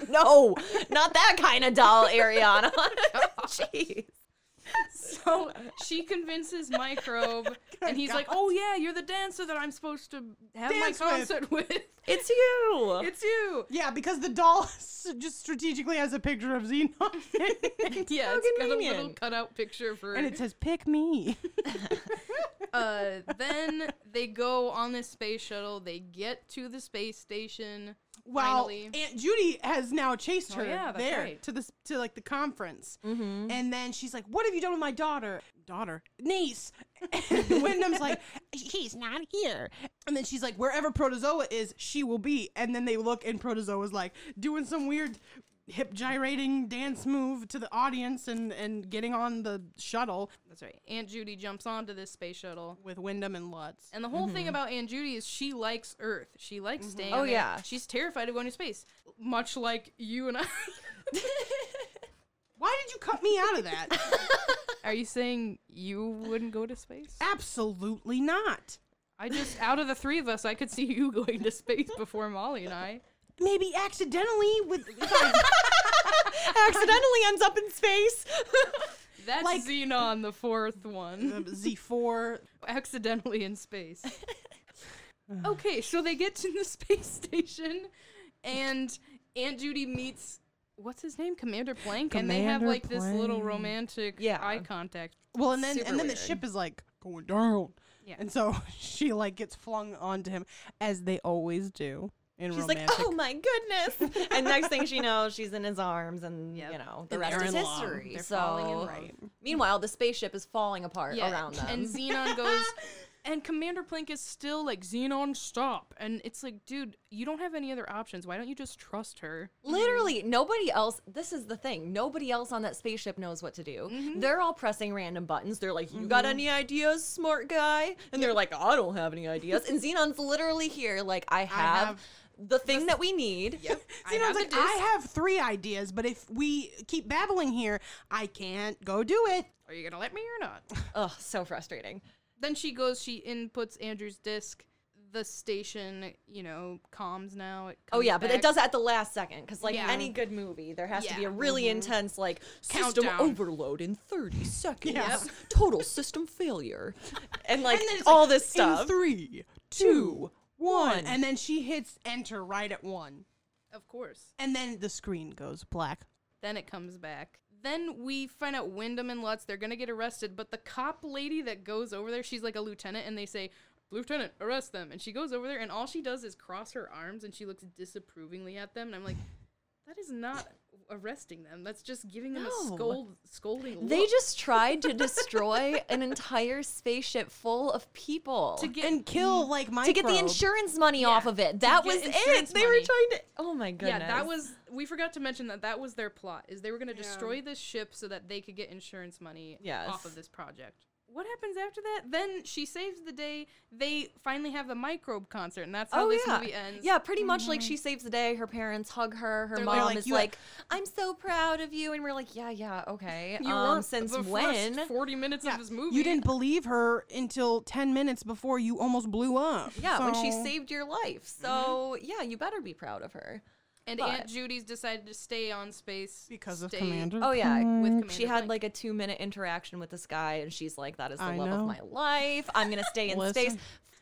no, not that kind of doll, Ariana. Jeez.
So she convinces Microbe, and he's like, "Oh yeah, you're the dancer that I'm supposed to have
Dance
my
with.
concert with.
It's you.
It's you."
Yeah, because the doll s- just strategically has a picture of Xenon,
yeah,
so
it's got a little
convenient.
cutout picture for.
and it says, "Pick me."
uh, then they go on this space shuttle. They get to the space station.
Well,
finally.
Aunt Judy has now chased
Oh,
her
yeah, that's
there
right. Mm-hmm.
to this to like the conference, and then she's like, "What have you done with my daughter? Daughter, niece?" And Wyndham's like, "She's not here." And then she's like, "Wherever Protozoa is, she will be." And then they look, and Protozoa's like doing some weird hip gyrating dance move to the audience and and getting on the shuttle
That's right. Aunt Judy jumps onto this space shuttle.
with Wyndham and Lutz.
And the whole thing about Aunt Judy is she likes Earth. She likes staying.
Oh,
on Earth.
yeah.
She's terrified of going to space, much like you and I.
Why did you cut me out of that?
Are you saying you wouldn't go to space?
Absolutely not.
I just, out of the three of us, I could see you going to space before Molly and I.
Maybe accidentally with.
accidentally ends up in space.
That's
Like-
Xenon, the fourth one.
Z4.
Accidentally in space. okay, so they get to the space station, and Aunt Judy meets. What's his name? Commander Plank? and they have
Commander
like this little
Plank.
romantic
Yeah.
eye contact.
Well, and then
Super
and then
weird.
the ship is like going down.
Yeah.
And so she like gets flung onto him as they always do in
She's like,
romantic.
oh my goodness. And next thing she knows, she's in his arms, and
Yep.
you know, the
And
rest
they're
is
in love.
history.
They're
so,
falling in love.
meanwhile, the spaceship is falling apart
Yeah,
around them.
And Xenon goes, and Commander Plank is still like, Xenon, stop. And it's like, dude, you don't have any other options. Why don't you just trust her?
Literally, nobody else. This is the thing. Nobody else on that spaceship knows what to do. They're all pressing random buttons. They're like, "You got any ideas, smart guy?" And they're like, "I don't have any ideas." And Xenon's literally here, like, "I have,
have
the thing that we need." "Ah." Yep.
Xenon's
have the
like, I have three ideas, but if we keep babbling here, I can't go do it.
Are you going to let me or not?
Ugh, so frustrating.
then she goes, she inputs Andrew's disc. the station, you know, comms now. It
Oh
comes
yeah, but
back.
it does it at the last second because, like
Yeah.
any good movie, there has to be
Yeah. Mm-hmm.
a really intense like system
Countdown.
overload in thirty seconds, total system failure, and like
And then it's
all
like,
this
In
stuff.
three, two,
two,
one.
one.
And then she hits enter right at one.
Of course.
And then the screen goes black.
Then it comes back. Then we find out Wyndham and Lutz, they're going to get arrested, but the cop lady that goes over there, she's like a lieutenant, and they say, Lieutenant, arrest them. And she goes over there, and all she does is cross her arms and she looks disapprovingly at them. And I'm like, that is not arresting them. That's just giving them a
No.
scold, scolding look.
They just tried to destroy an entire spaceship full of people
to
to,
get
And kill like my
get the insurance money off of it. That
get
was it.
insurance
They were
money.
trying to. Oh my goodness.
Yeah, that was we forgot to mention that that was their plot is they were going to destroy this ship so that they could get insurance money
Yes.
off of this project. What happens after that? Then she saves the day. They finally have the microbe concert, and that's how
Oh
this
yeah,
movie ends. Mm-hmm.
yeah. Pretty much like she saves the day. Her parents hug her. Her
They're
mom
like-
like,
is
"You-
like, "I'm so proud of you," and we're like, "Yeah, yeah, okay."
you
um,
were
since
the
when?
First Forty minutes of this movie.
You didn't believe her until 10 minutes before you almost blew up.
Yeah, when she
So-
saved your life. So
Mm-hmm.
yeah, you better be proud of her.
And
but-
Aunt Judy's decided to stay on space
Because of
stay
Commander.
Oh yeah,
with Commander.
she had
Plank.
like a two minute interaction with this guy, and she's like, "That is the
I
love
know.
of my life. I'm gonna stay in space."
Listen.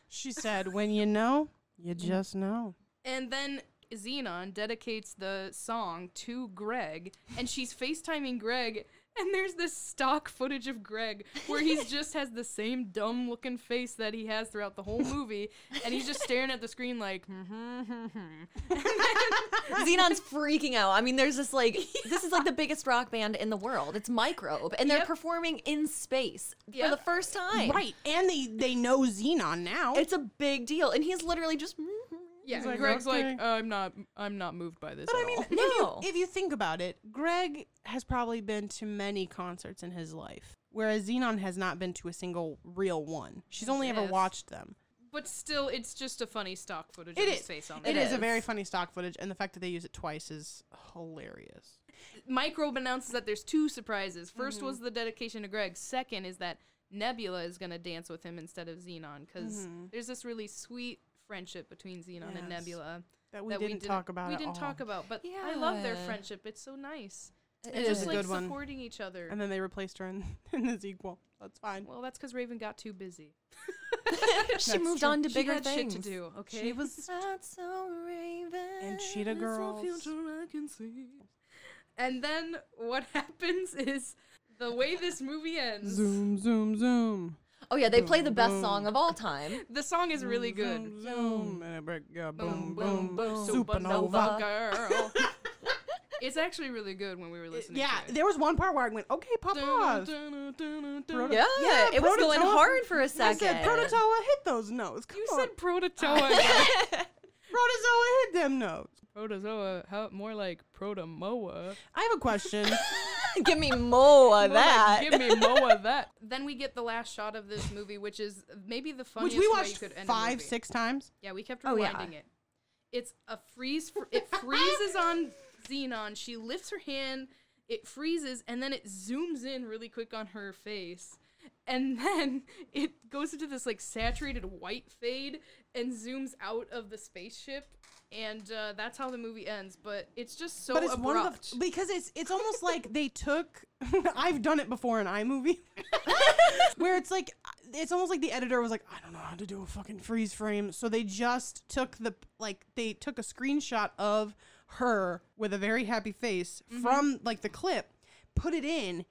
She said, when you know, you just know.
And then Xenon dedicates the song to Greg, and she's FaceTiming Greg, and there's this stock footage of Greg where he's just has the same dumb looking face that he has throughout the whole movie, and he's just staring at the screen like, mm-hmm,
Xenon's freaking out. I mean, there's this like, this is like the biggest rock band in the world. It's Microbe, and they're
Yep.
performing in space
Yep.
for the first time.
Right. And they, they know Xenon now.
It's a big deal, and he's literally just. mm-hmm.
yeah.
like,
Greg's
okay.
like, I'm not, I'm not moved by this.
But
at
I mean,
all."
if, you,
No.
if you think about it, Greg has probably been to many concerts in his life, whereas Xenon has not been to a single real one. She's only ever
Yes.
watched them.
but still, it's just a funny stock footage
It
of his
is.
face on
It
there.
is. a
is.
very funny stock footage, and the fact that they use it twice is hilarious.
Microbe announces that there's two surprises. 1st was the dedication to Greg. Second is that Nebula is going to dance with him instead of Xenon because there's this really sweet friendship between Xenon and
Mm-hmm. Yes.
Nebula
That we didn't talk about
We
at
didn't talk
all.
about, but I love their
Yeah.
friendship. It's so nice.
It
They're
is
just
a
like
good one.
supporting each other.
And then they replaced her in, in the sequel. That's fine.
well, that's because Raven got too busy.
she moved on to
she
bigger
had
things.
shit to do. Okay.
She was
That's so Raven.
and Cheetah Girls.
And then what happens is the way this movie ends.
Zoom, zoom, zoom.
Oh yeah, they play the best song of all time.
The song is really good.
Zoom,
Mm-hmm.
zoom. And it break, yeah, boom,
Boom,
boom,
boom, boom, supernova girl. it's actually really good when we were listening
Yeah,
to it.
there was one part where I went, okay, pop off.
Dun-dun-dun-dun-dun.
Yeah,
Yeah,
it was going
Protozoa-
hard for a second.
I said, Protozoa hit those notes. Come
You
on.
said protozoa.
Protozoa hit them notes.
protozoa, how, more like protomoa.
I have a question.
Give me more of
More like,
that.
give me moa that. Then we get the last shot of this movie, which is maybe the
which
funniest
we
way you
watched
could end a
five,
movie.
six times.
Yeah, we kept
Oh, yeah.
rewinding it. It's a freeze. Fr- it freezes on Xenon. She lifts her hand. It freezes, and then it zooms in really quick on her face, and then it goes into this like saturated white fade and zooms out of the spaceship, and uh, that's how the movie ends. But it's just so
but it's
abrupt.
one of the because it's it's almost like they took I've done it before in iMovie where it's like it's almost like the editor was like I don't know how to do a fucking freeze frame so they just took the like they took a screenshot of her with a very happy face
Mm-hmm.
from like the clip put it in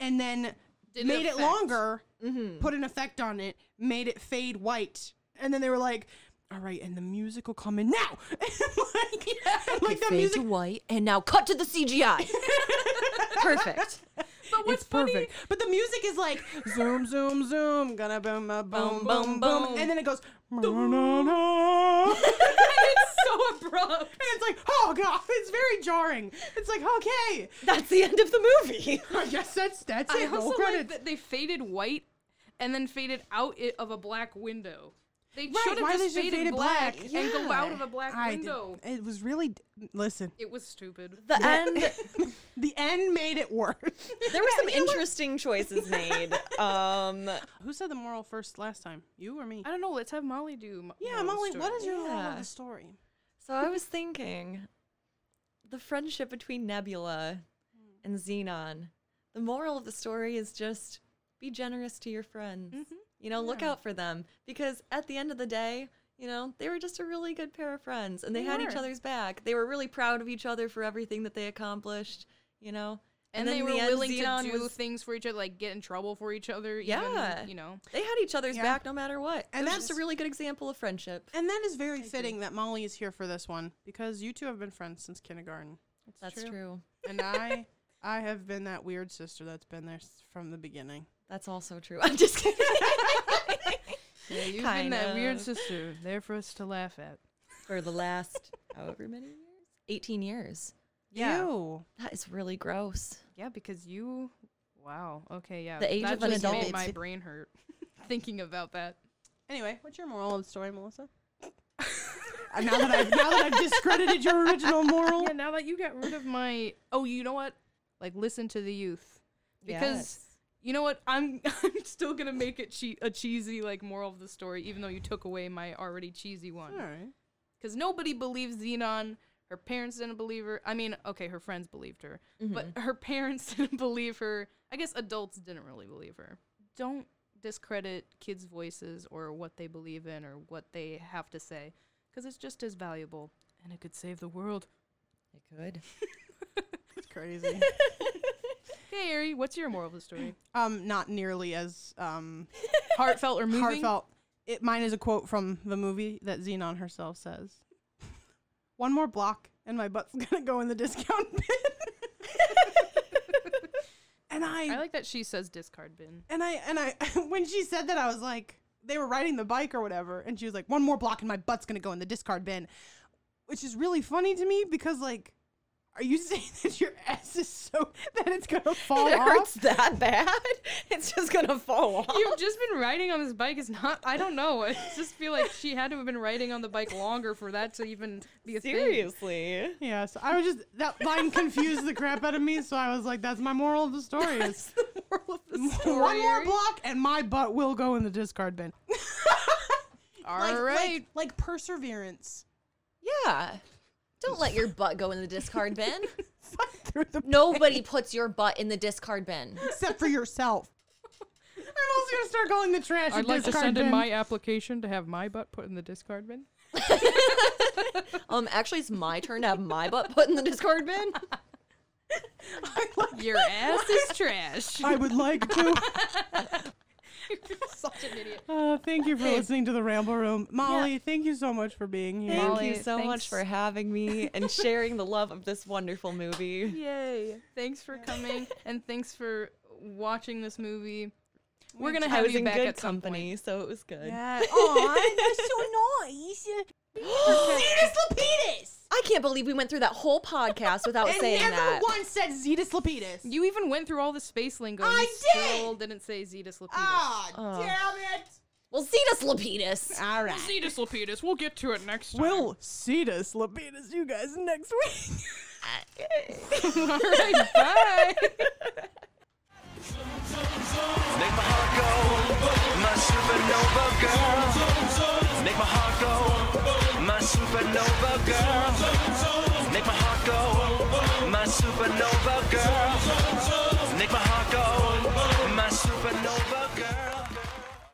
and then
Did Mm-hmm. an
made it
effect.
longer put an effect on it made it fade white and then they were like all right, and the music will come in now. And, like, and, like the
Fade
music
to white, and now cut to the CGI. Perfect.
but what's
it's
funny?
perfect. But the music is like zoom, zoom, zoom, gonna boom, a boom, boom, boom,
Boom, boom, boom.
and then it goes. "Na-na-na."
it's so abrupt.
And it's like, oh god, it's very jarring. It's like, okay,
That's the end of the movie.
I guess that's that's
I
it.
also
Roll
like
credits.
that they faded white and then faded out i of a black window. They
Right,
should
why
have
they
just
should have
faded
faded
black,
black.
and go
Yeah.
out of a black
I did-
window.
it was really d- listen.
It was stupid.
The end.
The end made it worse.
There were some interesting choices made. Um,
Who said the moral first last time? You or me?
I don't know. Let's have Molly do. m-
Yeah,
moral
Molly.
story.
What is your moral
Yeah.
of the story?
so I was thinking, the friendship between Nebula
Hmm.
and Xenon. The moral of the story is just be generous to your friends.
Mm-hmm.
You know, look out for them because at the end of the day. You know, they were just a really good pair of friends and they, had each other's back. They were really proud of each other for everything that they accomplished, you know?
And,
then
they
in
were
the end,
willing
Xenon
to do
was-
things for each other, like get in trouble for each other.
Yeah.
even, you know.
They had each other's
Yeah.
back no matter what.
And
And that's
that's-
just a really good example of friendship.
And that is very fitting that Molly is here for this one because you two have been friends since kindergarten,
That's
true.
true.
and I, I have been that weird sister that's been there s- from the beginning.
That's also true. I'm just kidding.
Yeah, you've
Kind
been that weird
of.
sister there for us to laugh at.
For the last however many years? 18 years.
Yeah.
Ew.
That is really gross.
Yeah, because you. Wow. Okay. Yeah.
The age
that
of an
just
adult.
made my brain hurt thinking about that.
Anyway, what's your moral of the story, Melissa? Uh, now that I've now that I've discredited your original moral,
Yeah. Now that you got rid of my. Oh, you know what? Like listen to the youth. Because you know what? I'm I'm still gonna make it che- a cheesy like moral of the story, even though you took away my already cheesy one.
all right.
because nobody believes Xenon. Her parents didn't believe her. I mean, okay, her friends believed her, but her parents didn't believe her. I guess adults didn't really believe her. Don't discredit kids' voices or what they believe in or what they have to say, because it's just as valuable and it could save the world.
it could.
It's crazy.
Hey, Ari, what's your moral of the story?
um, not nearly as um
Heartfelt or moving?
heartfelt. It mine is a quote from the movie that Xenon herself says. One more block and my butt's gonna go in the discount bin. and I,
I like that she says discard bin.
and I and I when she said that I was like they were riding the bike or whatever and she was like one more block and my butt's gonna go in the discard bin, which is really funny to me because like. Are you saying that your ass is so that it's gonna fall
It
off?
hurts that bad. It's just going to fall off.
You've just been riding on this bike. It's not. I don't know. I just feel like she had to have been riding on the bike longer for that to even be a thing.
Seriously.
Yeah, so I was just that line confused the crap out of me, so I was like, "That's my moral of the story." Is one more
story.
block and my butt will go in the discard bin.
All
Like-
right.
like, like perseverance.
Yeah. Don't let your butt go in the discard bin.
Fuck through the
Nobody puts your butt in the discard bin.
except for yourself. I'm also gonna start calling the trash. a
I'd like to
discard
send in
bin.
my application to have my butt put in the discard bin.
Um, actually, it's my turn to have my butt put in the discard bin.
I like-
Your ass is trash.
I would like to.
Such an idiot.
Uh, thank you for listening to the Ramble Room, Molly. Thank you so much for being here.
Thank
Molly,
you so
thanks.
much for having me and sharing the love of this wonderful movie.
Yay! Thanks for coming and thanks for watching this movie. We're gonna
I
have
was
you
in
back
good
at some point.
company, so it was good.
Yeah. Aw, that's so nice.
Zetas Lapidus! I can't believe we went through that whole podcast without
And
saying
never
that.
once said Zetas Lapidus.
You even went through all the space lingo. and
I
you
did!
Still didn't say Zetus Lapidus.
Ah,
Oh.
damn it.
Well, Zetas Lapidus!
All right.
Zetus Lapidus. We'll get to it next time.
We'll see this Lapidus, you guys, next week.
all right. Bye.
Make my heart go, my supernova girl. Make my heart go, my supernova girl. Make my heart go, my supernova girl.